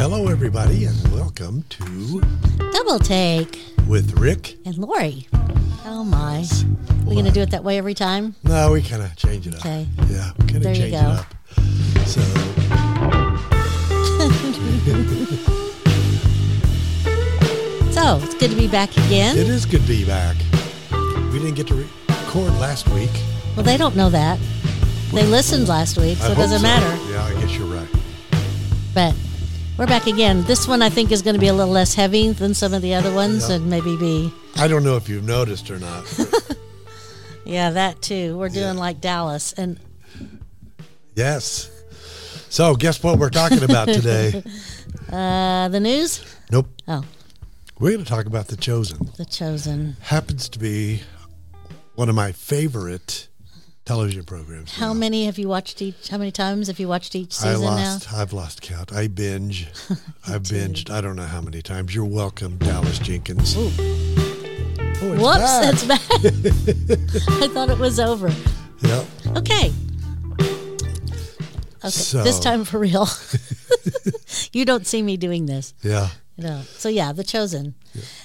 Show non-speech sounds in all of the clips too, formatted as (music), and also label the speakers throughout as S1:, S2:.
S1: everybody, and welcome to
S2: Double take
S1: With Rick.
S2: and Lori. Oh my. We're going to do it that way every time.
S1: No, we kind of change it up.
S2: Okay.
S1: Yeah, we kind
S2: There
S1: of
S2: you
S1: change it
S2: go.
S1: up. So,
S2: So it's good to be back
S1: it
S2: again.
S1: is good to be back. We didn't get to record last week.
S2: Well, they don't know that. They listened last week,
S1: I
S2: so it
S1: hope
S2: doesn't matter.
S1: Yeah, I guess you're right.
S2: But we're back again. This one I think is going to be a little less heavy than some of the other ones,
S1: Yeah.
S2: and maybe be
S1: I don't know if you've noticed or not. (laughs) but
S2: yeah that too. We're doing like Dallas, and
S1: yes. So, guess what we're talking about
S2: (laughs)
S1: today?
S2: uh, the news.
S1: nope.
S2: Oh,
S1: We're going to talk about The Chosen.
S2: the chosen.
S1: Happens to be one of my favorite television programs.
S2: How many have you watched each? How many times have you watched each season
S1: I lost. I've lost count. I
S2: (laughs)
S1: binge. I've binged. I don't know how many times. You're welcome, Dallas Jenkins.
S2: Ooh.
S1: Oh,
S2: now?
S1: it's
S2: Whoops,
S1: back.
S2: that's bad.
S1: (laughs)
S2: (laughs) I thought it was over.
S1: Yep.
S2: Okay. Okay. This
S1: So-
S2: time for
S1: (laughs)
S2: real. (laughs) you don't see me doing this.
S1: Yeah.
S2: You know. So yeah, the chosen.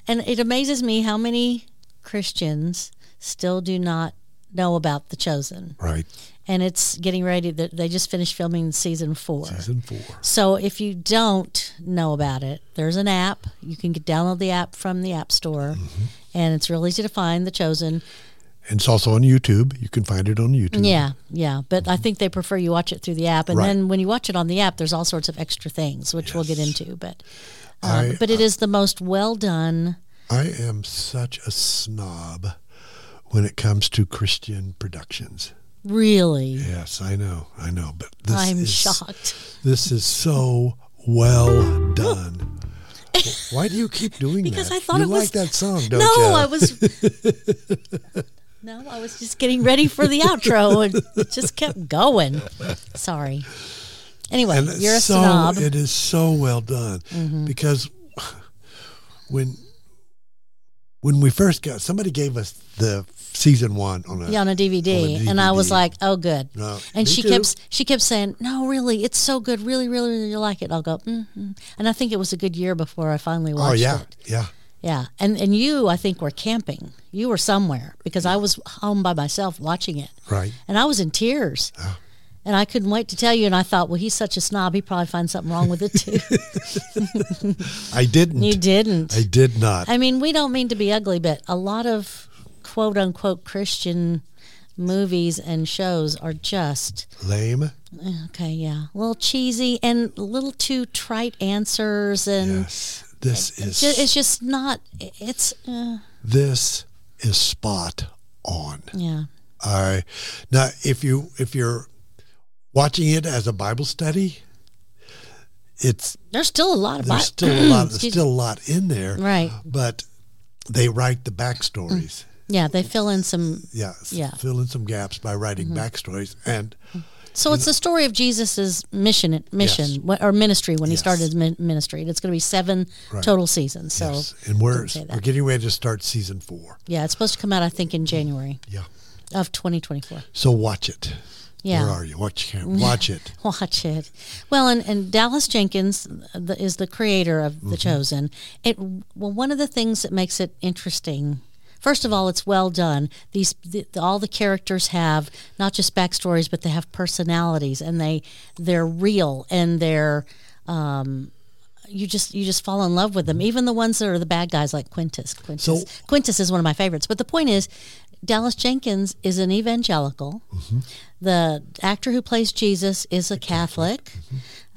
S2: And it amazes me how many Christians still do not know about the chosen.
S1: Right.
S2: And it's getting ready that they just finished filming season 4.
S1: Season four.
S2: So if you don't know about it, there's an app. You can get, download the app from the App Store.
S1: Mm-hmm.
S2: And it's real easy to find the chosen.
S1: And it's also on YouTube. You can find it on YouTube.
S2: Yeah, yeah, but I think they prefer you watch it through the app, and
S1: Mm-hmm. Right.
S2: then when you watch it on the app, there's all sorts of extra things which we'll get into. But um,
S1: I- uh,
S2: but it is the most well done.
S1: I am such a snob when it comes to Christian productions.
S2: Really,
S1: Yes, I know. I know. But this
S2: I'm
S1: is
S2: shocked.
S1: this is so well
S2: (laughs)
S1: done. Why do you keep doing
S2: Because
S1: that?
S2: I thought
S1: you
S2: it
S1: like
S2: was-
S1: that song,
S2: No,
S1: don't you?
S2: I was.
S1: (laughs)
S2: no, I was just getting ready for the outro, and it just kept going. Sorry. Anyway,
S1: and
S2: you're a
S1: so
S2: snob. Mm-hmm.
S1: it is so well done because when when we first got somebody gave us the season one on a
S2: Yeah, on a DVD,
S1: on a
S2: and I was
S1: DVD.
S2: like, "Oh, good."
S1: No,
S2: and
S1: me
S2: she
S1: too.
S2: kept she kept saying, "No, really, it's so good. Really, really, really like it." I'll go, mm-hmm. and I think it was a good year before I finally watched
S1: oh yeah
S2: it.
S1: yeah
S2: Yeah, and and you, I think, were camping. You were somewhere because I was home by myself watching it,
S1: right
S2: and I was in tears.
S1: Oh.
S2: And I couldn't wait to tell you. And I thought, well, he's such a snob. He probably finds something wrong with it
S1: (laughs)
S2: too.
S1: I didn't
S2: you didn't.
S1: I did not
S2: I mean, we don't mean to be ugly, but a lot of quote unquote Christian movies and shows are just
S1: lame
S2: okay, yeah, a little cheesy and a little too trite answers, and
S1: yes this is
S2: ju- it's just not. It's uh,
S1: this is spot on
S2: yeah,
S1: I now if you if you're watching it as a Bible study it's
S2: there's still a lot of
S1: there's
S2: Bi-
S1: still
S2: (clears throat)
S1: a lot there's
S2: Excuse-
S1: still a lot in there
S2: Right.
S1: but they write the backstories
S2: yeah. They fill in some.
S1: yeah,
S2: Mm. Yeah. Mm-hmm.
S1: fill in some gaps by writing backstories and
S2: So it's the story of Jesus's mission,
S1: Yes.
S2: mission wh- or ministry when he
S1: Yes.
S2: started his min- ministry. And it's going to be seven
S1: Right.
S2: total seasons. So
S1: yes, and we're
S2: say that.
S1: we're getting ready to start season four
S2: yeah, it's supposed to come out, I think, in January
S1: yeah
S2: of 2024.
S1: so watch it
S2: Yeah.
S1: where are you watch
S2: (laughs)
S1: your- watch it
S2: Watch it. Well, and, and Dallas Jenkins the, is the creator of The Chosen. It well, one of the things that makes it interesting. First of all, it's well done. These the, all the characters have not just backstories, but they have personalities, and they they're real, and they're um, you just you just fall in love with them. Even the ones that are the bad guys, like Quintus. Quintus
S1: So-
S2: Quintus is one of my favorites. But the point is, Dallas Jenkins is an evangelical. The actor who plays Jesus is a Catholic.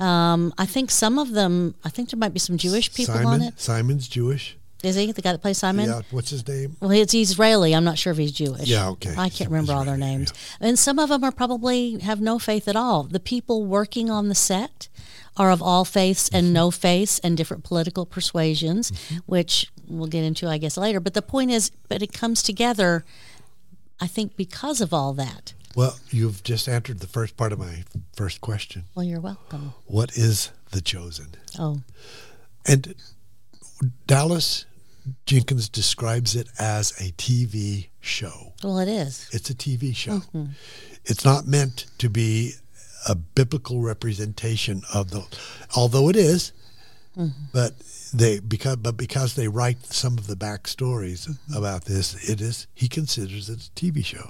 S2: Um, I think some of them. I think there might be some Jewish people
S1: Simon
S2: on it.
S1: Simon's Jewish
S2: Is he the guy that plays Simon?
S1: yeah what's his name
S2: Well, it's Israeli. I'm not sure if he's Jewish.
S1: Yeah, okay.
S2: I can't remember all their
S1: Israeli,
S2: names. And some of them are probably have no faith at all. The people working on the set are of all faiths and no faiths and different political persuasions,
S1: Mm-hmm.
S2: which we'll get into, I guess, later. But the point is, but it comes together, I think, because of all that.
S1: well you've just answered the first part of my first question
S2: Well, you're welcome.
S1: what is the chosen
S2: Oh,
S1: and Dallas Jenkins describes it as a TV show
S2: well, it is.
S1: It's a TV show. It's not meant to be a biblical representation of the, although it is, But they because but because they write some of the backstories about this, it is he considers it a TV show,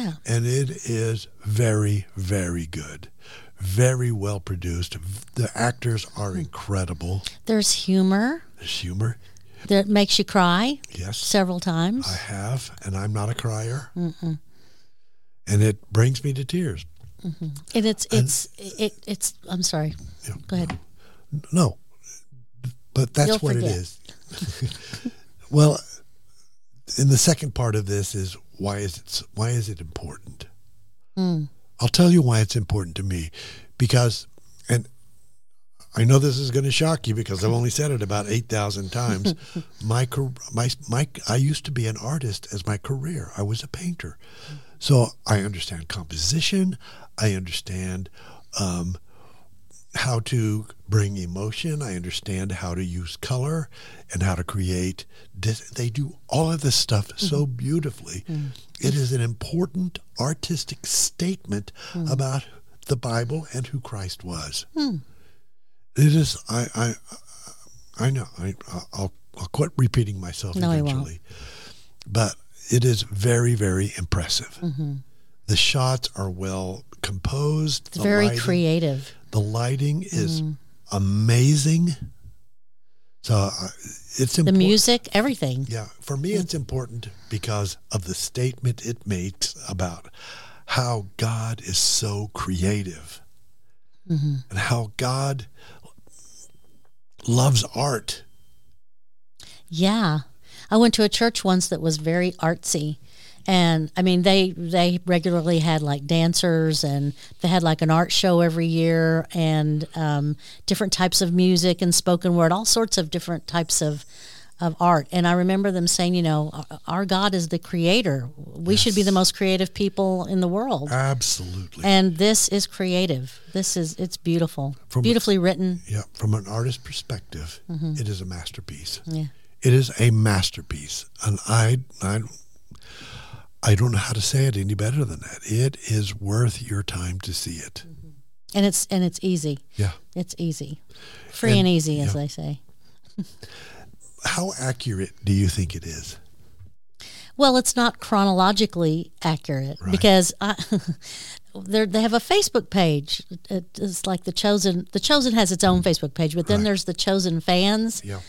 S2: Yeah.
S1: and it is very very good, very well produced. The actors are incredible.
S2: There's humor
S1: The humor,
S2: that makes you cry
S1: yes,
S2: several times.
S1: I have, and I'm not a crier, and it brings me to tears.
S2: and it's it's it, it's I'm sorry.
S1: Yeah.
S2: Go ahead.
S1: No, but that's
S2: You'll
S1: what
S2: forget.
S1: it is. (laughs) well, and the second part of this is why is it s- why is it important?
S2: Hmm.
S1: I'll tell you why it's important to me, because and I know this is going to shock you because I've only said it about eight thousand
S2: (laughs)
S1: times. my car- my my I used to be an artist as my career. I was a painter,
S2: Hmm.
S1: so I understand composition. I understand. Um, how to bring emotion. I understand how to use color and how to create. Dis- they do all of this stuff so
S2: Mm-hmm.
S1: beautifully.
S2: Mm.
S1: It is an important artistic statement
S2: Mm.
S1: about the Bible and who Christ was.
S2: Hmm.
S1: It is. I. I. I know. I. I'll. I'll quit repeating myself
S2: No, you won't.
S1: eventually. But it is very, very impressive.
S2: Mm-hmm.
S1: The shots are well composed.
S2: It's very
S1: creative.
S2: creative.
S1: The lighting is
S2: Mm.
S1: amazing. So uh, it's
S2: The
S1: important.
S2: music, everything.
S1: Yeah, for me, it's important because of the statement it makes about how God is so creative
S2: Mm-hmm.
S1: and how God loves art.
S2: Yeah. I went to a church once that was very artsy. And I mean they they regularly had like dancers and they had like an art show every year and um, different types of music and spoken word, all sorts of different types of of art. And I remember them saying, you know, "Our- our God is the creator. We should be the most creative people in the world.
S1: Absolutely.
S2: And this is creative. This is it's beautiful.
S1: From-
S2: Beautifully written.
S1: yeah, from an artist's perspective,
S2: Mm-hmm.
S1: it is a masterpiece.
S2: Yeah.
S1: It is a masterpiece, and I, I, I don't know how to say it any better than that. It is worth your time to see it.
S2: And it's and it's easy.
S1: Mm-hmm. Yeah.
S2: It's easy. Free and,
S1: And-
S2: easy, as
S1: yeah.
S2: they say.
S1: How accurate do you think it is?
S2: Well, it's not chronologically accurate
S1: Right.
S2: because I, (laughs) they're- they have a Facebook page. It- It's like the chosen. The chosen has its own Facebook page, but then
S1: Mm. Right.
S2: there's the chosen fans.
S1: Yeah.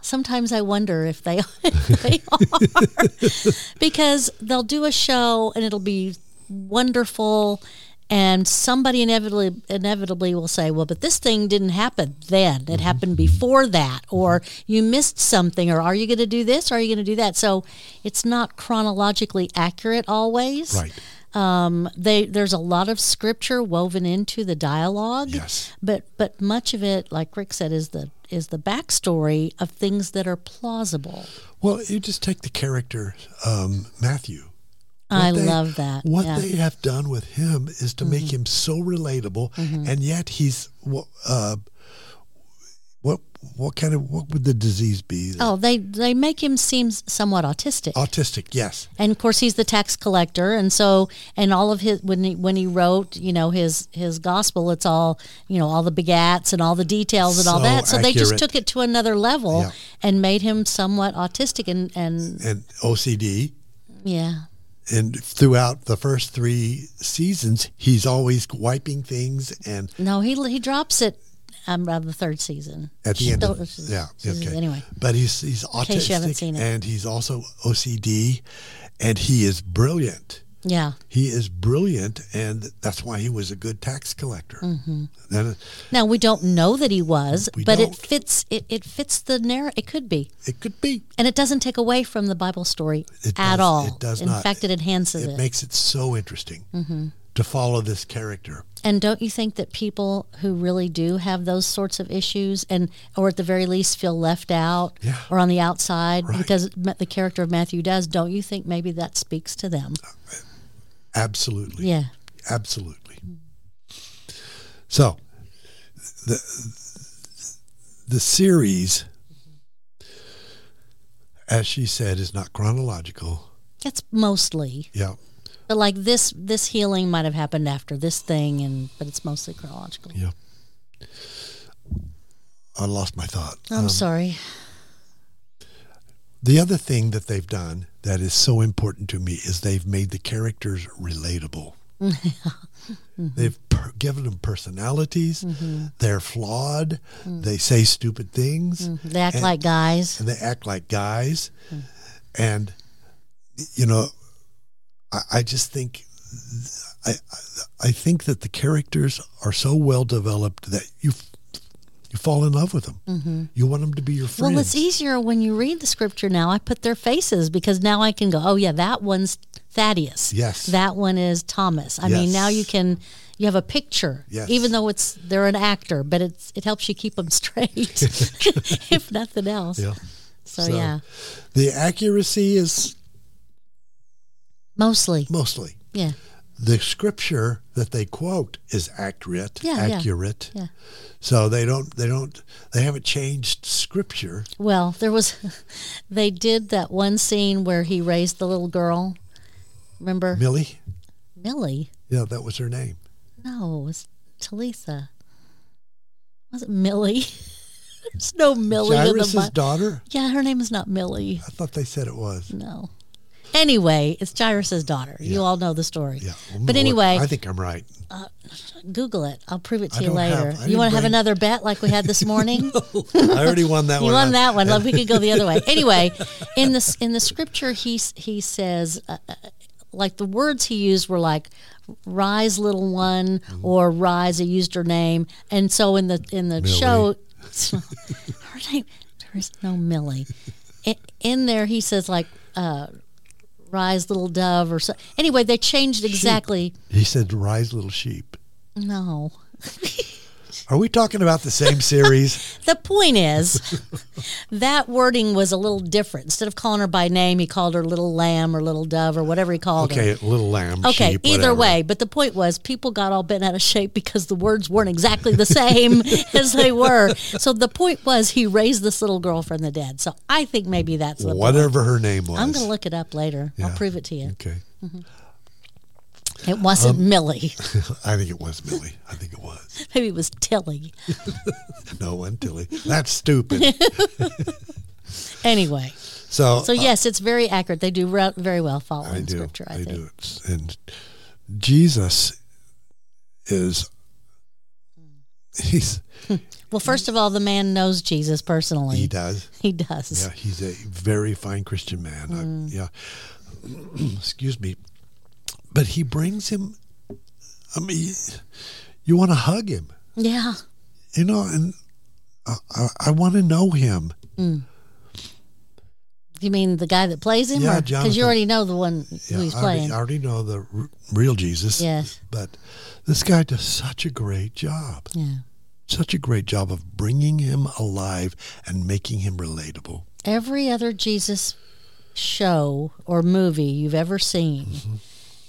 S2: Sometimes I wonder if they, (laughs) if they are because they'll do a show and it'll be wonderful, and somebody inevitably inevitably will say, "Well, but this thing didn't happen then;
S1: Mm-hmm.
S2: it happened before that, or you missed something, or are you going to do this? Are you going to do that?" So it's not chronologically accurate always.
S1: Right.
S2: Um, they there's a lot of scripture woven into the dialogue.
S1: Yes.
S2: But but much of it, like Rick said, is the is the backstory of things that are plausible.
S1: Well, you just take the character um, Matthew.
S2: I
S1: What they-
S2: love that.
S1: What
S2: yeah. Mm-hmm.
S1: they have done with him is to make him so relatable, and yet he's wh- uh, what? What kind of what would the disease be?
S2: oh, they they make him seem somewhat autistic.
S1: Autistic. Yes.
S2: and of course he's the tax collector and so and all of his when he when he wrote you know his his gospel it's all you know all the begats and all the details and all
S1: So
S2: that so they just
S1: accurate.
S2: took it to another level
S1: Yeah.
S2: and made him somewhat autistic and and
S1: And OCD.
S2: yeah
S1: and throughout the first three seasons, he's always wiping things, and
S2: no he he drops it um, by the third season
S1: at the end, of,
S2: Still-
S1: yeah, okay.
S2: anyway
S1: But he's he's
S2: case you haven't seen
S1: autistic,
S2: it.
S1: and he's also OCD, and he is brilliant.
S2: yeah
S1: He is brilliant, and that's why he was a good tax collector. Mm-hmm. And
S2: now we don't know that he was
S1: We
S2: but
S1: don't.
S2: it fits it, it fits the narrative it could be
S1: it could be.
S2: and it doesn't take away from the bible story
S1: It
S2: at
S1: does-
S2: all
S1: it does
S2: in
S1: not.
S2: fact it enhances
S1: It
S2: it. Mm-hmm.
S1: makes it so interesting to follow this character.
S2: And don't you think that people who really do have those sorts of issues, and or at the very least feel left out
S1: Yeah.
S2: or on the outside
S1: Right.
S2: because ma- the character of Matthew does, don't you think maybe that speaks to them?
S1: Oh, Absolutely.
S2: Yeah,
S1: Absolutely. So, the the series, as she said, is not chronological.
S2: it's mostly,
S1: Yeah,
S2: but like this, this healing might have happened after this thing, and but it's mostly chronological.
S1: yeah. I lost my thought. Um,
S2: I'm sorry.
S1: The other thing that they've done that is so important to me is they've made the characters relatable. They've per- given them personalities. They're flawed. They say stupid things
S2: They act
S1: and-
S2: like guys.
S1: and they act like guys. And, you know, I, I just think. I I- I think that the characters are so well developed that you f- you fall in love with them. You want them to be your friends.
S2: Mm-hmm. Well, it's easier when you read the scripture now. I put their faces because now I can go, oh, yeah, that one's Thaddeus.
S1: Yes.
S2: That one is Thomas. I mean, now you
S1: Yes.
S2: can, you have a picture,
S1: Yes.
S2: even though it's, they're an actor, but it's, it helps you keep them straight,
S1: (laughs)
S2: (laughs) if nothing else.
S1: Yeah.
S2: So,
S1: So-
S2: yeah,
S1: The accuracy is
S2: mostly.
S1: mostly
S2: Yeah.
S1: the scripture that they quote is accurate.
S2: Yeah, yeah.
S1: accurate.
S2: Yeah.
S1: So they don't they don't they haven't changed scripture.
S2: Well, there was, (laughs) they did that one scene where he raised the little girl. Remember?
S1: Millie,
S2: Millie.
S1: yeah, that was her name.
S2: No, it was Talitha. Was it Millie? (laughs) There's no Millie in the
S1: Jairus's
S2: Bible.
S1: daughter.
S2: yeah, her name is not Millie.
S1: I thought they said it was.
S2: No. Anyway, it's Jairus's daughter. You all know the story.
S1: Yeah. well,
S2: But
S1: no,
S2: anyway,
S1: I think I'm right.
S2: Google it. I'll prove it
S1: I
S2: to you
S1: don't have- I
S2: later. you
S1: didn't
S2: want to have
S1: bring-
S2: another bet like we had this
S1: (laughs)
S2: morning?
S1: I already won that
S2: (laughs) You
S1: one.
S2: won that one. Like we could go the other way. Anyway, in the in the scripture, he s- he says, uh, uh, like the words he used were like "rise, little one" or "rise." He used her name, and so in the in the show, (laughs) her name there is no Millie. I- In there, he says like uh, "rise, little dove" or so. Anyway, they changed exactly.
S1: He said, "Rise, little sheep."
S2: No.
S1: Are we talking about the same
S2: (laughs)
S1: series?
S2: The
S1: (laughs)
S2: point is, that wording was a little different. Instead of calling her by name, he called her little lamb or little dove or whatever he called her.
S1: Okay, little lamb.
S2: Okay,
S1: sheep, whatever.
S2: either way, but the point was people got all bent out of shape because the words weren't exactly
S1: (laughs)
S2: the same as they were. So the point was he raised this little girl from the dead. So I think maybe that's the point.
S1: Whatever her name was.
S2: I'm going to look it up later.
S1: Yeah.
S2: I'll prove it to you.
S1: Okay.
S2: It wasn't
S1: Um,
S2: Millie. (laughs)
S1: I think it was Millie. I think it was.
S2: Maybe it was Tilly.
S1: No one, Tilly. That's
S2: (laughs)
S1: stupid.
S2: Anyway,
S1: So,
S2: so yes, it's very accurate. They do re- very well following
S1: Uh, I do.
S2: scripture, I,
S1: I
S2: think.
S1: do. It's- And Jesus is he's
S2: Well, first of all, the man knows Jesus personally.
S1: he does.
S2: He does.
S1: Yeah, he's a very fine Christian man. I-
S2: Mm.
S1: yeah. (clears throat) Excuse me. But he brings him I mean you want to hug him.
S2: Yeah.
S1: you know, and I, I, I want to know him.
S2: You mean the guy that plays him?
S1: Yeah,
S2: Because
S1: Jonathan.
S2: you already know the one who he's
S1: I, already,
S2: playing.
S1: I already know the r- real Jesus.
S2: Yes.
S1: But this guy does such a great job,
S2: yeah.
S1: such a great job of bringing him alive and making him relatable.
S2: Every other Jesus show or movie you've ever seen,
S1: Mm-hmm.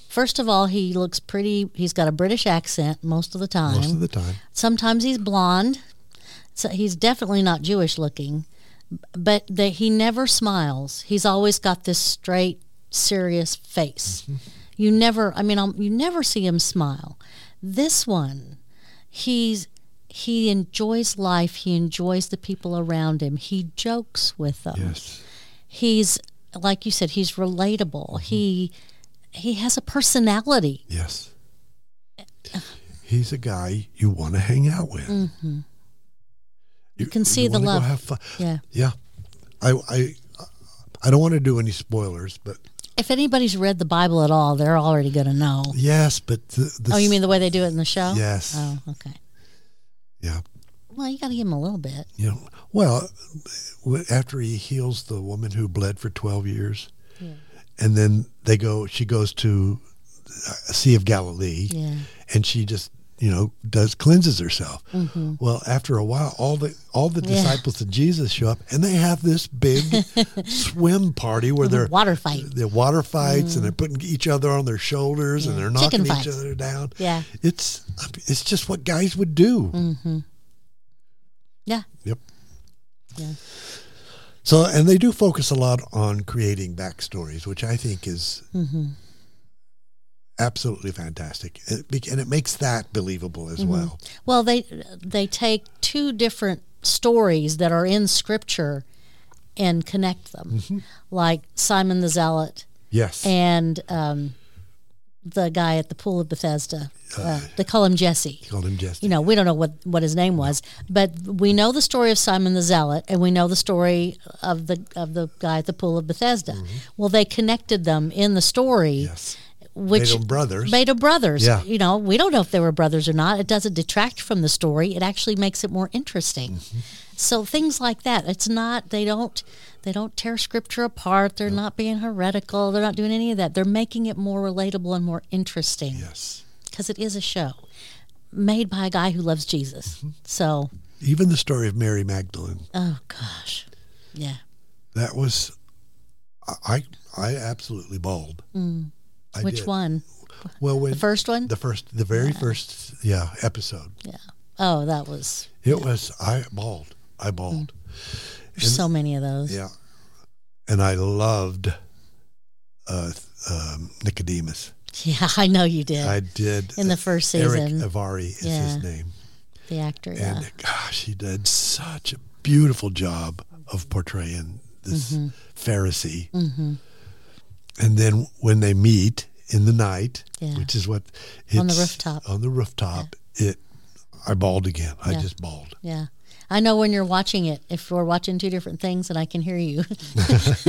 S2: first of all, he looks pretty. He's got a British accent most of the time.
S1: Most of the time,
S2: Sometimes he's blonde. So he's definitely not Jewish looking, but that he never smiles. He's always got this straight, serious face. You never, I mean, um, you never see him smile. This one, he's he enjoys life. He enjoys the people around him. He jokes with them
S1: yes,
S2: he's like you said he's relatable he he has a personality
S1: yes. He's a guy you want to hang out with. You,
S2: Mm-hmm. can see the
S1: wanna go
S2: love.
S1: have fun.
S2: yeah
S1: Yeah, I, I, I don't want to do any spoilers, but
S2: if anybody's read the bible at all they're already going to know
S1: yes, but the, the
S2: oh you
S1: s-
S2: mean the way they do it in the show
S1: Yes.
S2: oh okay
S1: yeah.
S2: well you got to give him a little bit
S1: You know, well, w- after he heals the woman who bled for 12 years, and then they go, she goes to uh, Sea of Galilee,
S2: Yeah.
S1: and she just, you know, does cleanses herself. Well, after a while, all the all the
S2: Mm-hmm. Yeah.
S1: disciples of Jesus show up, and they have this
S2: (laughs)
S1: big swim party where they're
S2: water fight
S1: they're water fights, and they're putting each other on their shoulders, and they're knocking
S2: Mm. Chicken
S1: each
S2: fights.
S1: other down.
S2: Yeah. Mm.
S1: it's I mean, it's just what guys would do.
S2: yeah
S1: Yep.
S2: Yeah.
S1: So, and they do focus a lot on creating backstories, which I think is
S2: Mm-hmm.
S1: absolutely fantastic,
S2: Mm-hmm.
S1: It be- and it makes that believable as well.
S2: well they they take two different stories that are in Scripture and connect them,
S1: Mm-hmm.
S2: like Simon the Zealot
S1: Yes.
S2: and um, the guy at the pool of Bethesda. Uh, they call him Jesse.
S1: Called him Jesse.
S2: You know, we don't know what, what his name was, but we know the story of Simon the Zealot, and we know the story of the of the guy at the pool of Bethesda. Well, they connected them in the story,
S1: yes.
S2: which
S1: Made 'em brothers.
S2: made 'em brothers.
S1: Yeah.
S2: You know, we don't know if they were brothers or not. It doesn't detract from the story. It actually makes it more interesting. So things like that. It's not they don't they don't tear scripture apart. They're not being heretical. They're not doing any of that. They're making it more relatable and more interesting
S1: yes.
S2: because it is a show made by a guy who loves Jesus.
S1: Mm-hmm.
S2: So,
S1: Even the story of Mary Magdalene.
S2: oh gosh. Yeah.
S1: That was, I I absolutely bawled. I
S2: Hmm. Which
S1: did.
S2: one?
S1: Well, when
S2: The first one?
S1: the first, the very first, yeah, episode.
S2: yeah. Oh, that was
S1: It was I bawled. I bawled.
S2: there's Hmm. so many of those.
S1: Yeah, and I loved uh, th- um, Nicodemus.
S2: Yeah, I know you did.
S1: I did uh,
S2: In the first season.
S1: Eric Avari is
S2: Yeah.
S1: his name,
S2: the actor, yeah.
S1: and gosh, he did such a beautiful job of portraying this
S2: Mm-hmm.
S1: Pharisee. And then when they meet in the night,
S2: Yeah.
S1: which is what
S2: On the
S1: it's-
S2: rooftop.
S1: on the rooftop, it I bawled again. I
S2: Yeah.
S1: just bawled.
S2: Yeah. I know when you're watching it, if we're watching two different things and I can hear
S1: (laughs)
S2: you.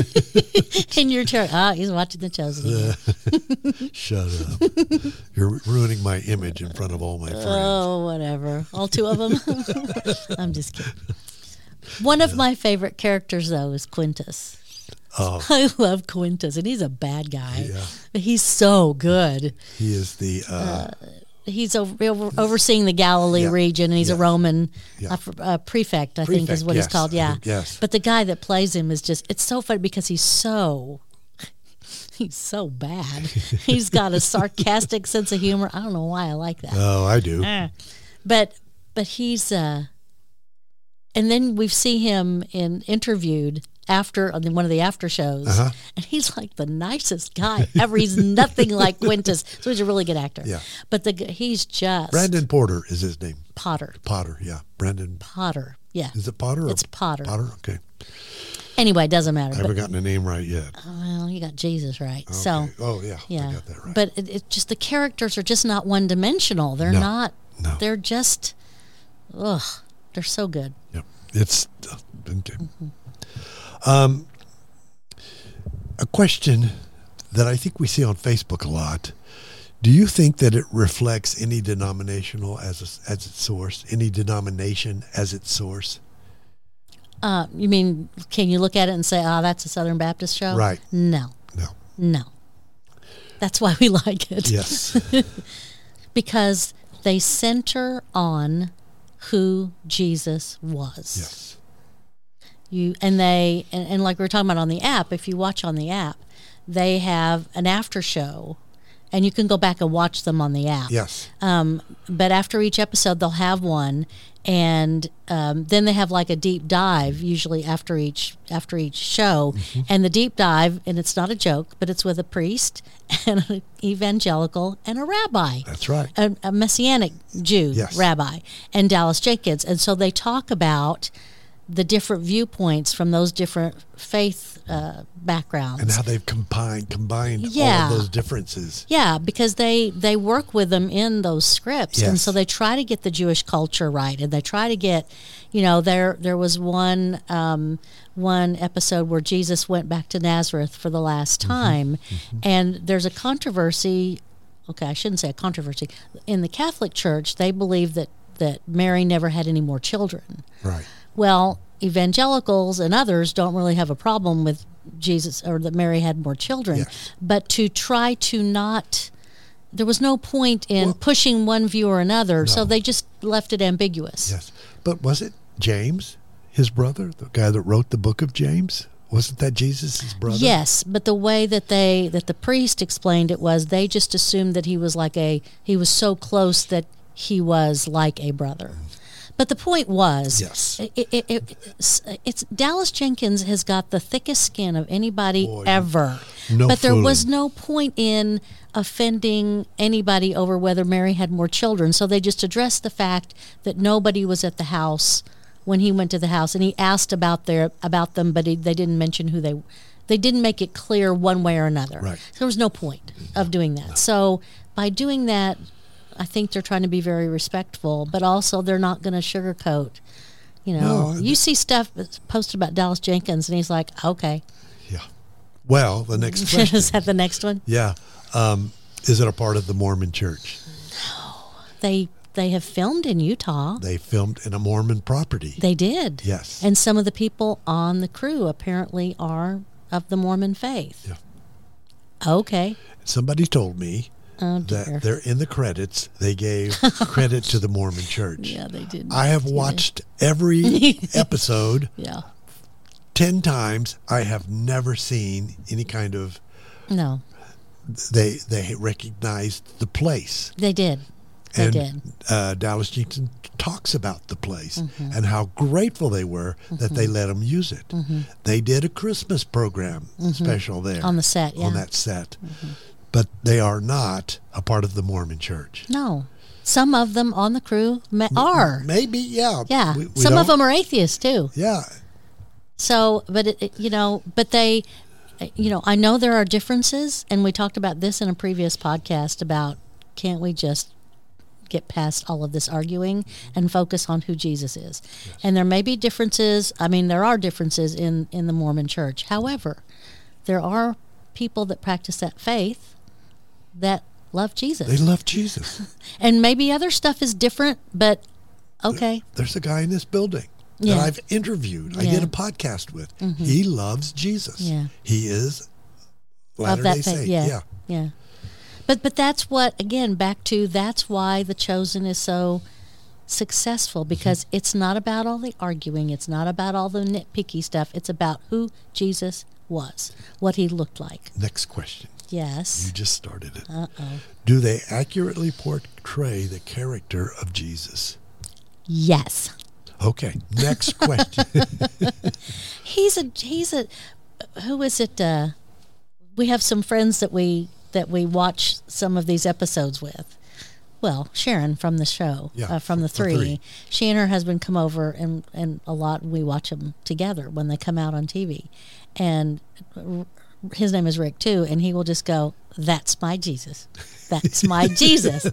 S2: (laughs) and you're ter- ah, he's watching the
S1: Uh,
S2: chosen. again.
S1: Shut up! (laughs) You're ruining my image in front of all my friends.
S2: Oh, whatever. All two
S1: (laughs)
S2: of them. I'm just kidding. One of my favorite characters though is Quintus.
S1: Oh.
S2: (laughs) I love Quintus and he's a bad guy.
S1: Yeah.
S2: But he's so good.
S1: He is the uh,
S2: He's over, overseeing the Galilee
S1: Yeah.
S2: region, and he's a Roman
S1: Yeah.
S2: uh, pr- uh, prefect, I think, is
S1: Prefect,
S2: what
S1: yes.
S2: he's called.
S1: I
S2: Yeah,
S1: think- yes.
S2: But the guy that plays him is just—it's so funny because he's so. (laughs) He's so
S1: (laughs)
S2: bad. He's got a sarcastic sense of humor. I don't know why I like that.
S1: oh, I do.
S2: Uh, but but he's uh and then we see him in interviewed after on the- one of the after shows
S1: Uh-huh.
S2: and he's like the nicest guy ever he's
S1: (laughs)
S2: nothing like quintus so he's a really good actor
S1: Yeah.
S2: but the g- he's just
S1: Brandon Porter is his name.
S2: potter
S1: Potter, yeah. Brandon.
S2: potter yeah
S1: Is it Potter? Or
S2: It's Potter.
S1: Potter. Okay.
S2: anyway it doesn't
S1: I
S2: matter
S1: haven't
S2: but,
S1: gotten the name right yet.
S2: well you got jesus right so
S1: Okay. Oh yeah.
S2: yeah
S1: I got that right.
S2: but it, it just the characters are just not one dimensional they're
S1: No.
S2: not
S1: No.
S2: they're just ugh they're so good
S1: Yep. It's okay. Um, a question that I think we see on Facebook a lot. Do you think that it reflects any denominational as a, as its source, any denomination as its source?
S2: Uh, you mean, can you look at it and say, oh, that's a Southern Baptist show?
S1: Right.
S2: No,
S1: No.
S2: no. That's why we (laughs) like it.
S1: Yes.
S2: Because they center on who Jesus was.
S1: yes.
S2: You and they and, and like we were talking about on the app, if you watch on the app, they have an after show and you can go back and watch them on the app.
S1: Yes.
S2: Um, but after each episode, they'll have one, and um, then they have like a deep dive usually after each after each show.
S1: Mm-hmm.
S2: And the deep dive, and it's not a joke, but it's with a priest (laughs) and an evangelical and a rabbi
S1: That's right.
S2: a, a messianic Jew
S1: Yes.
S2: rabbi and Dallas Jenkins, and so they talk about the different viewpoints from those different faith uh, backgrounds.
S1: And how they've combined combined
S2: Yeah.
S1: all of those differences.
S2: Yeah, because they they work with them in those scripts, and
S1: Yes.
S2: so they try to get the Jewish culture right, and they try to get, you know, there there was one um, one episode where Jesus went back to Nazareth for the last time, and there's a controversy. Okay, I shouldn't say a controversy. In the Catholic Church, they believe that that Mary never had any more children.
S1: Right.
S2: Well, evangelicals and others don't really have a problem with Jesus or that Mary had more children,
S1: Yes.
S2: but to try to not, there was no point in pushing one view or another, so they just left it ambiguous.
S1: Yes. But was it James, his brother, the guy that wrote the book of James? Wasn't that Jesus' brother?
S2: Yes, but the way that they that the priest explained it was they just assumed that he was like a he was so close that he was like a brother. But the point was,
S1: Yes.
S2: i- i- i- it's, it's Dallas Jenkins has got the thickest skin of anybody
S1: Boy,
S2: ever.
S1: no
S2: but there was
S1: fooling.
S2: no point in offending anybody over whether Mary had more children, so they just addressed the fact that nobody was at the house when he went to the house and he asked about their about them, but he, they didn't mention who they. They didn't make it clear one way or another.
S1: Right. Mm-hmm.
S2: There was no point of doing that. So by doing that, I think they're trying to be very respectful, but also they're not going to sugarcoat. You know,
S1: No, I-
S2: you see stuff that's posted about Dallas Jenkins, and he's like, "Okay,
S1: Yeah. Well, the
S2: (laughs)
S1: next question.
S2: is that the next one?"
S1: yeah. Um, is it a part of the Mormon church?
S2: They they have filmed in Utah.
S1: They filmed in a Mormon property.
S2: They did.
S1: Yes.
S2: And some of the people on the crew apparently are of the Mormon faith.
S1: Yeah.
S2: Okay.
S1: Somebody told me
S2: Oh dear.
S1: that they're in the credits. They gave
S2: (laughs)
S1: credit to the Mormon church.
S2: yeah, they did.
S1: I have watched
S2: (laughs)
S1: every episode
S2: yeah.
S1: 10 times. I have never seen any kind of
S2: No,
S1: they they recognized the place.
S2: they did. They
S1: and
S2: did.
S1: Uh, Dallas Jenkins talks about the place
S2: Mm-hmm.
S1: and how grateful they were that they let him use it. They did a Christmas program special there
S2: Mm-hmm. On the set, yeah. Mm-hmm.
S1: on that set, but they are not a part of the Mormon Church.
S2: No. Some of them on the crew ma- are.
S1: Maybe, yeah,
S2: Yeah.
S1: We- we
S2: Some of
S1: don't-
S2: them are atheists too.
S1: yeah,
S2: So, but it, it- you know, but they, you know, I know there are differences, and we talked about this in a previous podcast about can't we just get past all of this arguing and focus on who Jesus is? And there may be differences. I mean, there are differences in in the Mormon Church. However, there are people that practice that faith that love Jesus,
S1: they love Jesus.
S2: and maybe other stuff is different, but okay,
S1: There's a guy in this building
S2: Yeah.
S1: that I've interviewed. I
S2: Yeah. Mm-hmm.
S1: did a podcast with. He loves Jesus.
S2: Yeah.
S1: He is
S2: of
S1: Latter Day
S2: that thing.
S1: Saint.
S2: Yeah,
S1: yeah.
S2: yeah, But but that's what again back to that's why the chosen is so successful because it's not about all the arguing, it's not about all the nitpicky stuff. It's about who Jesus was, what he looked like.
S1: Next question. You
S2: Yes.
S1: just started it.
S2: Uh oh.
S1: Do they accurately portray the character of Jesus?
S2: Yes.
S1: Okay, next question.
S2: He's a he's a who is it? Uh, we have some friends that we that we watch some of these episodes with. Well, Sharon from the show,
S1: Yeah,
S2: uh, from the
S1: from
S2: three.
S1: Three.
S2: She and her husband come over, and and a lot we watch them together when they come out on TV. And r- his name is Rick too, and he will just go, "That's my Jesus,
S1: (laughs)
S2: that's my Jesus,"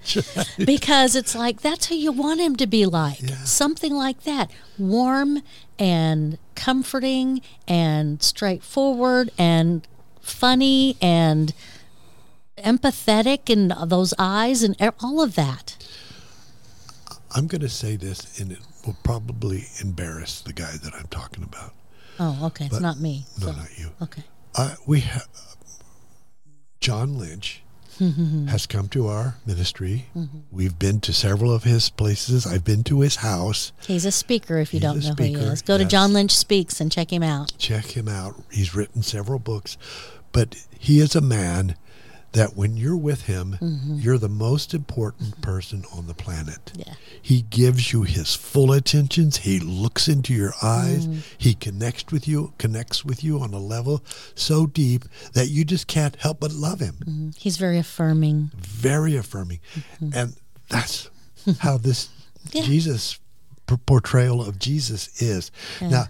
S2: because it's like that's who you want him to be like, something like that, warm and comforting and straightforward and funny and empathetic and those eyes and e- all of that.
S1: I'm going to say this, and it will probably embarrass the guy that I'm talking about.
S2: Oh, okay. It's not me.
S1: No,
S2: So,
S1: not you.
S2: okay.
S1: I, we ha- John Lynch has come to our ministry. We've been to several of his places. I've been to his house.
S2: He's a speaker if you
S1: He's
S2: don't
S1: a
S2: know who he
S1: speaker,
S2: is. Go to
S1: yes.
S2: John Lynch Speaks and check him out.
S1: check him out. He's written several books, but he is a man that when you're with him, you're the most important person on the planet.
S2: Mm-hmm. Yeah.
S1: He gives you his full attentions. He looks into your eyes.
S2: Mm-hmm.
S1: He connects with you, connects with you on a level so deep that you just can't help but love him.
S2: Mm-hmm. He's very affirming.
S1: Very affirming. And that's how this
S2: Mm-hmm. (laughs) Yeah.
S1: Jesus p- portrayal of Jesus is. Now,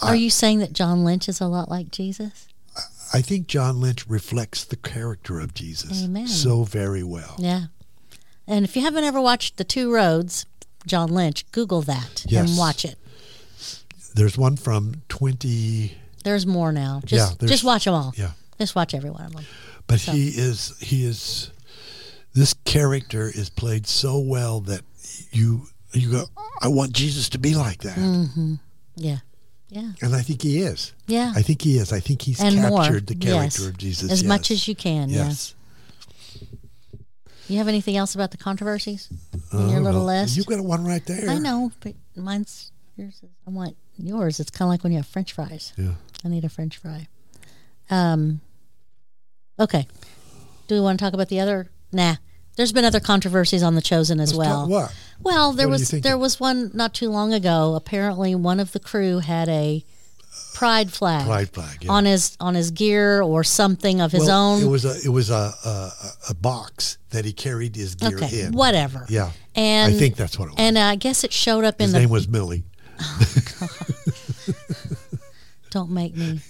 S2: Are you saying that John Lynch is a lot like Jesus?
S1: I think John Lynch reflects the character of Jesus
S2: Amen.
S1: so very well.
S2: Yeah. And if you haven't ever watched The Two Roads, John Lynch, Google that
S1: Yes.
S2: and watch it.
S1: There's one from 20,
S2: There's more now.
S1: Yeah,
S2: Just
S1: there's-
S2: just watch them all.
S1: yeah,
S2: Just watch every one of them.
S1: but he is he is this character is played so well that you you go I want Jesus to be like that,
S2: Mm-hmm. Yeah. Yeah.
S1: and I think he is.
S2: Yeah.
S1: I think he is. I think he's
S2: and
S1: captured
S2: more.
S1: the
S2: Yes.
S1: character of Jesus
S2: As
S1: yes.
S2: much as you can. Yeah.
S1: Yes,
S2: You have anything else about the controversies in your little list?
S1: You Uh-huh. got one right there.
S2: I know, but mine's yours. Is, I want yours. It's kind of like when you have French fries.
S1: Yeah.
S2: I need a French fry. Um. Okay. Do we want to talk about the other? Nah. There's been other controversies on the Chosen as
S1: Let's
S2: well.
S1: talk- what?
S2: Well, there
S1: What are you
S2: was
S1: thinking?
S2: there was one not too long ago. Apparently, one of the crew had a pride flag,
S1: Pride flag. Yeah.
S2: on his on his gear or something of his
S1: Well, It
S2: own.
S1: was a it was a, a a- a box that he carried his gear
S2: okay,
S1: in.
S2: whatever.
S1: Yeah.
S2: And
S1: I think that's what it was.
S2: and I guess it showed up in
S1: His
S2: the
S1: name was Millie.
S2: Don't make me.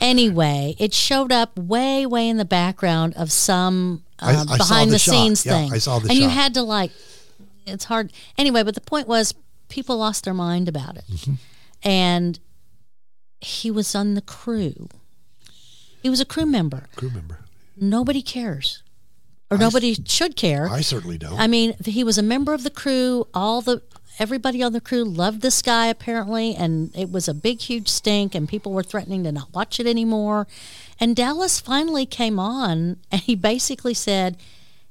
S2: anyway, it showed up way, way in the background of some
S1: I-
S2: uh,
S1: I saw
S2: behind
S1: the
S2: the, scenes
S1: shot. Yeah,
S2: thing.
S1: I saw the
S2: and you
S1: shot.
S2: had to like, it's hard. Anyway, but the point was, people lost their mind about it,
S1: Mm-hmm.
S2: and he was on the crew. He was a crew member.
S1: Crew member.
S2: Nobody cares, or nobody should care.
S1: I certainly don't.
S2: I mean, th- he was a member of the crew. All the everybody on the crew loved this guy apparently, and it was a big, huge stink, and people were threatening to not watch it anymore. And Dallas finally came on, and he basically said,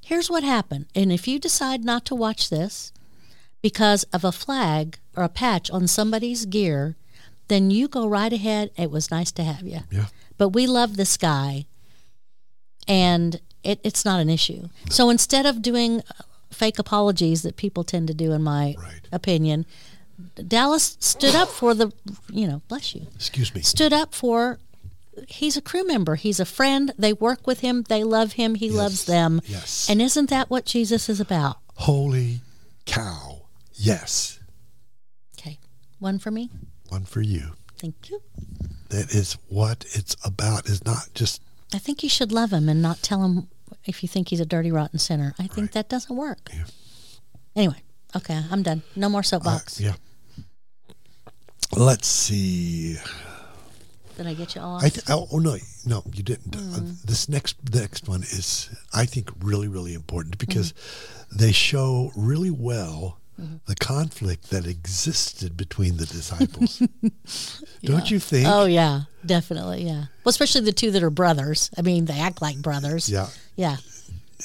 S2: "Here's what happened, and if you decide not to watch this because of a flag or a patch on somebody's gear, then you go right ahead. It was nice to have you."
S1: yeah.
S2: but we love this guy and it, it's not an issue. So instead of doing uh, fake apologies that people tend to do, in my
S1: Right.
S2: opinion, Dallas stood up for the, you know, bless you,
S1: Excuse me.
S2: stood up for, he's a crew member, he's a friend, they work with him, they love him, he loves them.
S1: Yes.
S2: And isn't that what Jesus is about?
S1: Holy cow. Yes.
S2: Okay, one for me.
S1: One for you.
S2: Thank you.
S1: That is what it's about. Is not just
S2: I think you should love him and not tell him if you think he's a dirty, rotten sinner. I think that doesn't work.
S1: Yeah.
S2: Anyway, okay, I'm done. No more
S1: uh,
S2: soapbox.
S1: yeah. Let's see.
S2: Did I get you all?
S1: I th- oh, oh, no, no, you didn't. Uh,
S2: Mm.
S1: this next next one is I think really really important because
S2: Mm-hmm.
S1: they show really well the conflict that existed between the
S2: (laughs)
S1: disciples. Don't you think?
S2: oh yeah, definitely. Yeah. Well, especially the two that are brothers. I mean, they act like brothers.
S1: Yeah.
S2: Yeah.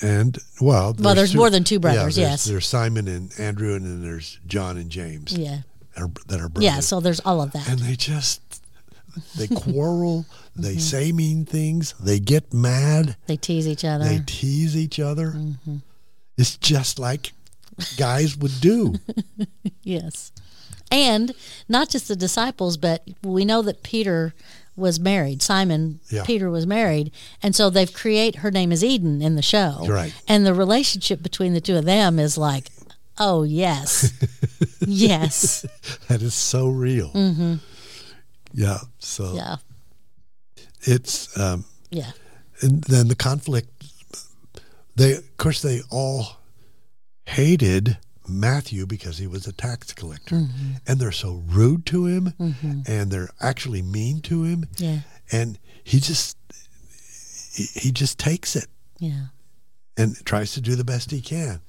S1: And well,
S2: Well, there's more than two brothers,
S1: there's-
S2: yes.
S1: there's Simon and Andrew, and then there's John and James.
S2: Yeah.
S1: that are, that are brothers.
S2: Yeah. So there's all of that.
S1: and they just
S2: (laughs)
S1: they quarrel, they
S2: Mm-hmm.
S1: say mean things, they get mad.
S2: They tease each other.
S1: They tease each other. It's just like guys would do.
S2: yes. And not just the disciples, but we know that Peter was married. Simon
S1: Yeah.
S2: Peter was married, and so they've create her name is Eden in the show.
S1: You're right.
S2: And the relationship between the two of them is like,
S1: (laughs)
S2: oh yes, yes,
S1: that is so real. Yeah. So
S2: yeah,
S1: it's um,
S2: yeah.
S1: and then the conflict. They of course they all hated Matthew because he was a tax collector, and they're so rude to him, and they're actually mean to him,
S2: Yeah,
S1: and he just he, he just takes it.
S2: yeah,
S1: and tries to do the best he can.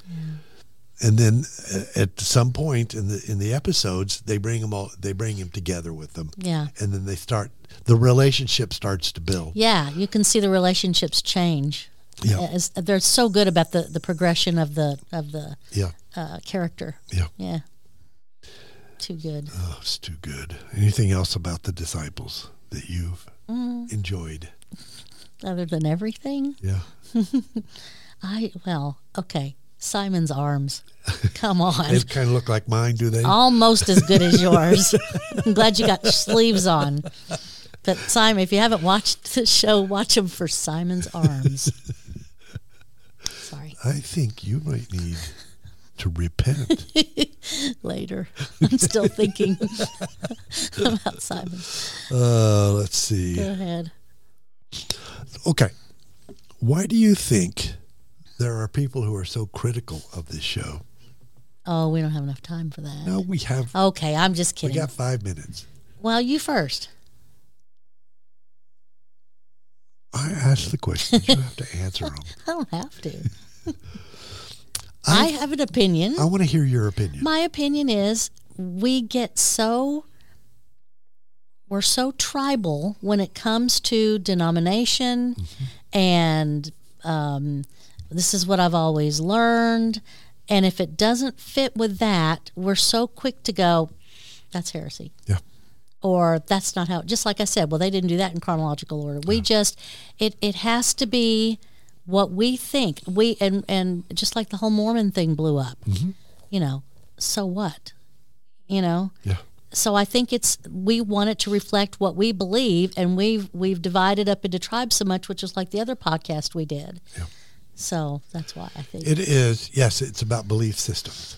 S1: And then uh, at some point in the in the episodes, they bring them all they bring him together with them,
S2: yeah,
S1: and then they start the relationship starts to build.
S2: yeah. You can see the relationships change.
S1: Yeah.
S2: As, they're so good about the, the progression of the of the
S1: Yeah,
S2: uh, character.
S1: yeah.
S2: Yeah, too good.
S1: Oh, it's too good. Anything else about the disciples that you've enjoyed?
S2: Other than everything,
S1: Yeah,
S2: I well, okay.
S1: (laughs)
S2: Simon's arms. Come on.
S1: they kind of look like mine, do they?
S2: Almost as good as yours.
S1: (laughs)
S2: I'm glad you got sleeves on. But Simon, if you haven't watched the show, watch them for Simon's arms. Sorry.
S1: I think you might need to repent. (laughs)
S2: Later. I'm still thinking about Simon.
S1: uh, let's see.
S2: Go ahead.
S1: Okay. Why do you think there are people who are so critical of this show?
S2: Oh, we don't have enough time for that.
S1: No, we have
S2: Okay, I'm just
S1: we
S2: kidding.
S1: got five minutes.
S2: well, you first.
S1: I asked the questions. You have to
S2: (laughs)
S1: answer them.
S2: I don't have to. I
S1: I
S2: have an opinion.
S1: I want to hear your opinion.
S2: My opinion is we get so we're so tribal when it comes to denomination and um, this is what I've always learned. And if it doesn't fit with that, we're so quick to go, that's heresy
S1: yeah.
S2: or that's not how just like i said well they didn't do that in chronological order we just it it has to be what we think we and and just like the whole mormon thing blew up you know so what you know
S1: Yeah.
S2: so i think it's we want it to reflect what we believe and we've we've divided up into tribes so much which is like the other podcast we did
S1: Yeah.
S2: so that's why i think
S1: It is. Yes, it's about belief systems.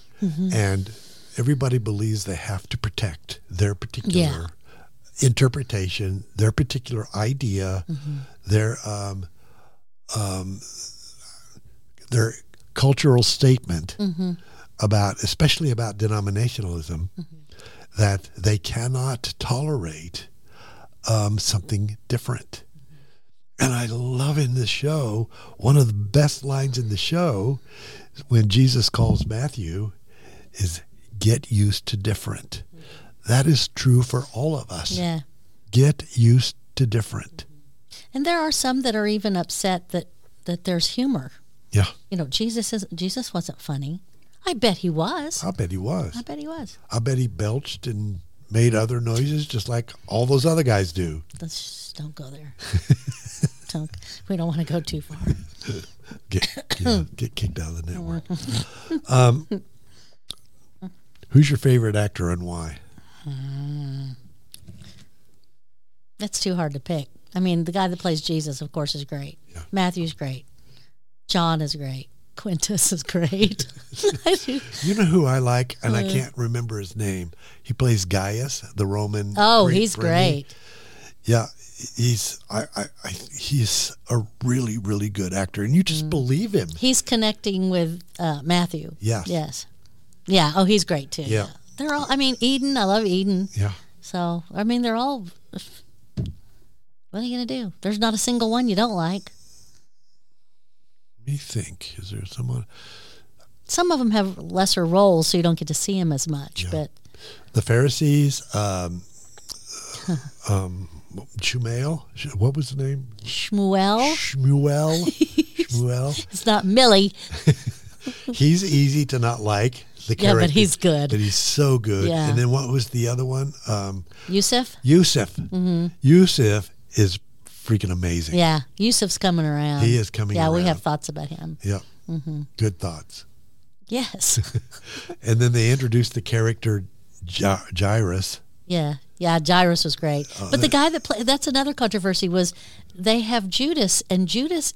S1: And everybody believes they have to protect their particular
S2: Yeah.
S1: interpretation, their particular idea, their um, um, their cultural statement about, especially about denominationalism, that they cannot tolerate um, something different. And I love in the show, one of the best lines in the show is when Jesus calls Matthew is get used to different. That is true for all of us.
S2: Yeah.
S1: Get used to different.
S2: And there are some that are even upset that that there's humor.
S1: Yeah.
S2: You know, Jesus is Jesus wasn't funny. I bet he was.
S1: I bet he
S2: I
S1: was.
S2: bet he was.
S1: I bet he belched and made other noises just like all those other guys do.
S2: Let's just don't go
S1: (laughs)
S2: there. don't, we don't want to go too far.
S1: Get, get, get kicked out of the network. Um, who's your favorite actor and why?
S2: That's too hard to pick. I mean, the guy that plays Jesus, of course, is great.
S1: Yeah.
S2: Matthew's great. John is great. Quintus is great. (laughs) I do-
S1: You know who I like, and
S2: Hmm.
S1: I can't remember his name. He plays Gaius, the Roman.
S2: oh,
S1: Greek
S2: he's
S1: friend.
S2: great.
S1: Yeah, he's I, I, I he's a really really good actor, and you just
S2: Hmm.
S1: believe him.
S2: He's connecting with uh, Matthew.
S1: Yes.
S2: Yes. Yeah. Oh, he's great too.
S1: Yeah.
S2: They're all. I mean, Eden. I love Eden.
S1: Yeah,
S2: So I mean, they're all. What are you gonna do? There's not a single one you don't like.
S1: let me think. Is there someone?
S2: Some of them have lesser roles, so you don't get to see them as much.
S1: Yeah.
S2: But
S1: The Pharisees.
S2: (laughs)
S1: Um, um, Shumael. Sh- What was the name?
S2: Shmuel, (laughs)
S1: Shmuel. Shmuel.
S2: it's not Millie.
S1: He's easy to not like. The
S2: Yeah, but
S1: character,
S2: he's good.
S1: But he's so good.
S2: Yeah.
S1: And then what was the other one? Um,
S2: Yusuf.
S1: Yusuf. Yusuf is freaking amazing.
S2: Mm-hmm. Yeah, Yusuf's coming around.
S1: He is coming
S2: Yeah, we
S1: around.
S2: have thoughts about him.
S1: (laughs) Yep. Good thoughts.
S2: Yes.
S1: And then they introduced the character Gy- Jairus.
S2: yeah. Yeah, Jairus was great.
S1: Uh,
S2: but the guy that played that's another controversy was they have Judas and Judas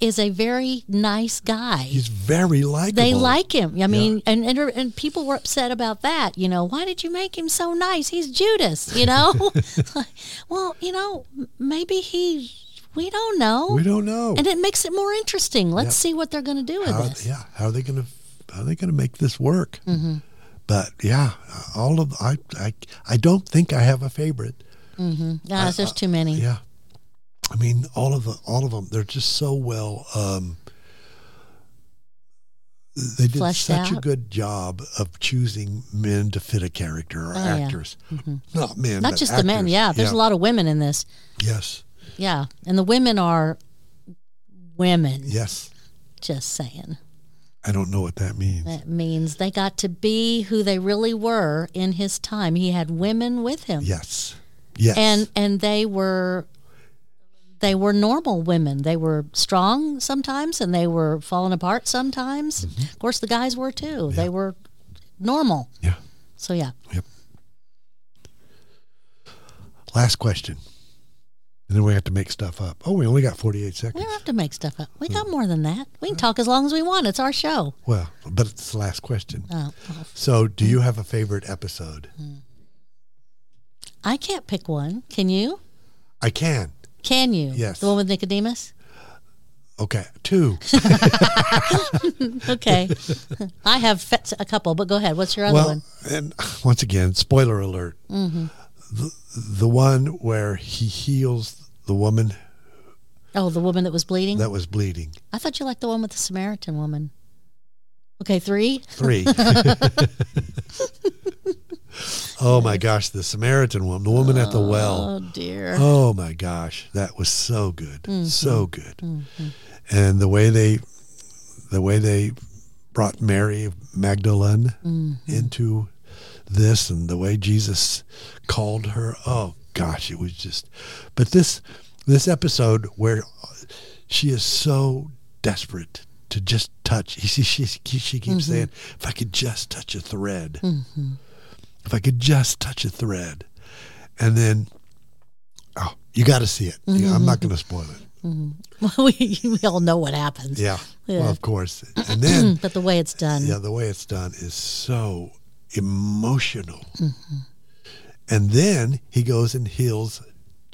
S2: is a very nice guy.
S1: He's very likable.
S2: they like him. I mean, and, and and people were upset about that. You know, why did you make him so nice? He's Judas.
S1: (laughs)
S2: You know, (laughs) Like, well, you know, m- maybe he. We don't know,
S1: We don't know.
S2: and it makes it more interesting. Let's see what they're going to do with
S1: How,
S2: this.
S1: yeah. How are they going to? How are they going to make this work?
S2: Mm-hmm.
S1: But yeah, all of I, I I don't think I have a favorite.
S2: Guys, there's too many.
S1: Yeah. I mean, all of the, all of them. They're just so well. Um, they did
S2: Fleshed
S1: such a
S2: out.
S1: good job of choosing men to fit a character or
S2: Oh, yeah. Mm-hmm.
S1: actors, not men,
S2: Not
S1: but
S2: just the men.
S1: actors.
S2: Yeah, there's a lot of women in this.
S1: Yes,
S2: Yeah, and the women are women.
S1: yes.
S2: Just saying.
S1: I don't know what that means.
S2: That means they got to be who they really were in his time. He had women with him.
S1: Yes, yes.
S2: and and they were they were normal women. They were strong sometimes, and they were falling apart sometimes.
S1: Mm-hmm.
S2: Of course, the guys were too. They were normal.
S1: yeah.
S2: So yeah,
S1: Yep. Last question. And then we have to make stuff up. Oh, we only got 48
S2: we
S1: seconds.
S2: don't have to make stuff up. We
S1: Mm.
S2: got more than that.
S1: Mm-hmm.
S2: We can talk as long as we want. It's our show.
S1: Well, but it's the last question.
S2: Oh, well,
S1: So, do you have a favorite episode?
S2: Mm. I can't pick one. Can you?
S1: I can.
S2: Can you?
S1: Yes.
S2: The one with Nicodemus.
S1: Okay. Two.
S2: Okay.
S1: (laughs)
S2: I have fe- a couple, but go ahead. What's your other
S1: well,
S2: one? Mm-hmm.
S1: and (sighs) once again, spoiler alert. The, the one where he heals the woman
S2: Oh, the woman that was bleeding.
S1: that was bleeding.
S2: I thought you liked the one with the Samaritan woman. Okay, three.
S1: Three. (laughs) oh my gosh, the Samaritan woman, the woman at the well.
S2: Oh dear. (laughs)
S1: Oh my gosh, that was so good, so good, and the way they, the way they brought Mary Magdalene into this, and the way Jesus called her. Oh gosh, it was just. But this, this episode where she is so desperate to just touch. You see, she she, she keeps saying, "If I could just touch a thread, if I could just touch a thread," and then Oh, you got to see it.
S2: Mm-hmm,
S1: Yeah, I'm not going to spoil it.
S2: we, we all know what happens.
S1: Yeah.
S2: Yeah. (clears throat)
S1: Well, of course. And then,
S2: But the way it's done,
S1: yeah, the way it's done is so emotional.
S2: Mm-hmm.
S1: And then he goes and heals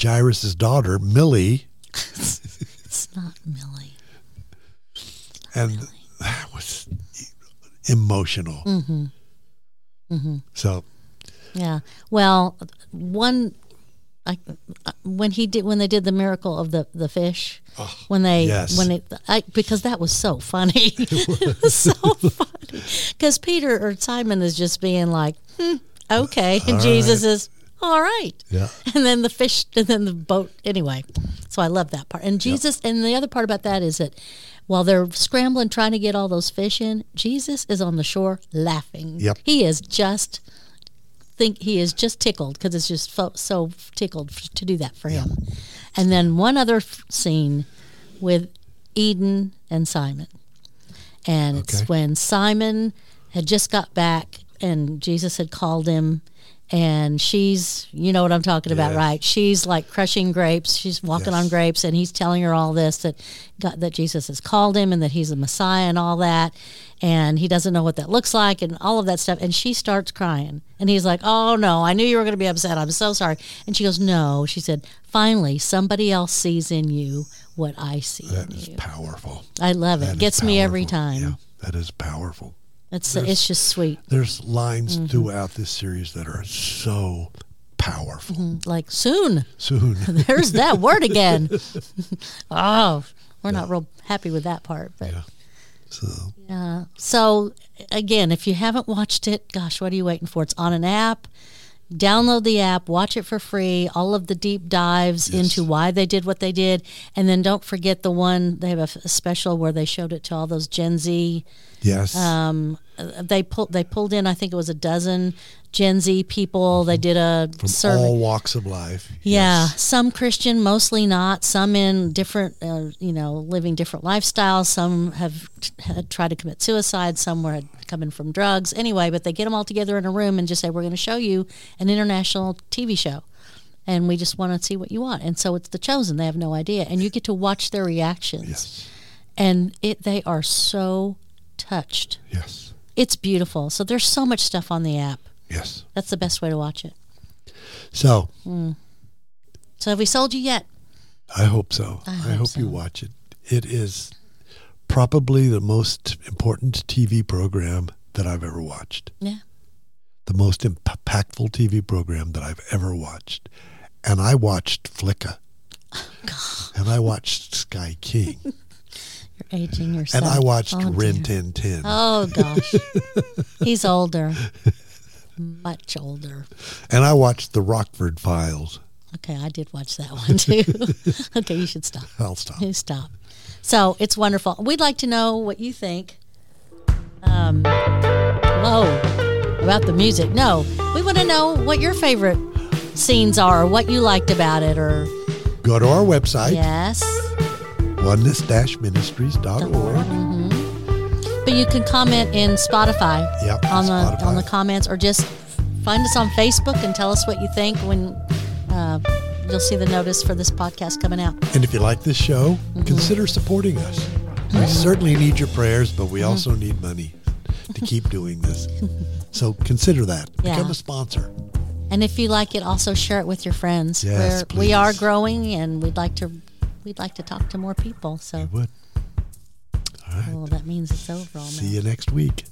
S1: Jairus' daughter, Millie.
S2: It's not Millie.
S1: and that was emotional. Mm-hmm. Mm-hmm. So
S2: Yeah. Well, one, I, uh, when he did when they did the miracle of the the fish, when they
S1: yes.
S2: when it I, because that was so funny, (laughs) it was so funny because Peter or Simon is just being like, hmm, okay, and (laughs) Jesus is all right,
S1: Yeah.
S2: (laughs) and then the fish, and then the boat. Anyway, so I love that part. And Jesus, and the other part about that is that. While they're scrambling trying to get all those fish in, Jesus is on the shore laughing.
S1: Yep.
S2: He is just think he is just tickled because it's just fo- so tickled f- to do that for him. And then one other f- scene with Eden and Simon. And
S1: Okay.
S2: it's when Simon had just got back and Jesus had called him. And she's, you know what I'm talking about,
S1: Yes.
S2: right? She's like crushing grapes. She's walking on
S1: Yes.
S2: grapes, and he's telling her all this that God, that Jesus has called him and that he's the Messiah and all that, and he doesn't know what that looks like and all of that stuff. And she starts crying, and he's like, "Oh no, I knew you were going to be upset. I'm so sorry." And she goes, "No," she said. Finally, somebody else sees in you what I see
S1: that
S2: in
S1: is
S2: you.
S1: powerful.
S2: I love
S1: That
S2: it.
S1: is
S2: Gets me every
S1: powerful.
S2: time.
S1: Yeah, that is powerful.
S2: It's it's just sweet,
S1: There's
S2: Mm-hmm.
S1: lines throughout this series that are so powerful.
S2: like soon.
S1: Soon.
S2: (laughs) There's that
S1: (laughs)
S2: word again. (laughs) oh, we're not real happy with that part, but
S1: Yeah. So
S2: yeah. So again, if you haven't watched it, gosh, what are you waiting for? It's on an app. Download the app, watch it for free. All of the deep dives
S1: Yes.
S2: into why they did what they did, and then don't forget the one they have a, f- a special where they showed it to all those Gen Z
S1: yes.
S2: um, uh, they pulled they pulled in I think it was a dozen Gen Z people. They did a
S1: Mm-hmm. From
S2: survey.
S1: all walks of life.
S2: yeah,
S1: Yes.
S2: some Christian, mostly not. Some in different, uh, you know, living different lifestyles. Some have t- had tried to commit suicide. Some were coming from drugs. Anyway, but they get them all together in a room and just say, "We're going to show you an international TV show." And we just want to see what you want, and so it's the chosen. They have no idea, and you get to watch their reactions,
S1: Yes.
S2: and it they are so touched
S1: Yes.
S2: it's beautiful. So there's so much stuff on the app.
S1: Yes.
S2: That's the best way to watch it.
S1: So
S2: So have we sold you yet?
S1: I hope so. I,
S2: hope
S1: hope you watch it. It is probably the most important TV program that I've ever watched.
S2: Yeah.
S1: The most impactful TV program that I've ever watched. And I watched
S2: (laughs)
S1: Flicka. and I watched Sky
S2: (laughs)
S1: King.
S2: You're aging yourself.
S1: and I watched
S2: Oh, dear.
S1: Rin Tin Tin.
S2: Oh gosh, he's older, much older.
S1: And I watched The Rockford Files.
S2: Okay, I did watch that one too. (laughs) okay, you should stop.
S1: I'll
S2: (laughs)
S1: stop.
S2: You stop. So it's wonderful. We'd like to know what you think. Um, whoa, about the music. No, we want to know what your favorite scenes are, or what you liked about it, or
S1: Go to our website,
S2: yes.
S1: oneness-ministries.org.
S2: But you can comment in Spotify
S1: Yep,
S2: on the
S1: Spotify.
S2: on the comments, or just find us on Facebook and tell us what you think. When uh, you'll see the notice for this podcast coming out.
S1: And if you like this show, consider supporting us. We certainly need your prayers, but we also need money to keep doing this. So consider that.
S2: Yeah.
S1: Become a sponsor.
S2: And if you like it, also share it with your friends.
S1: Yes,
S2: We're- we are
S1: please.
S2: growing, and we'd like to we'd like to talk to more people. So
S1: Would. All right.
S2: well, that means it's over. All
S1: See you next week.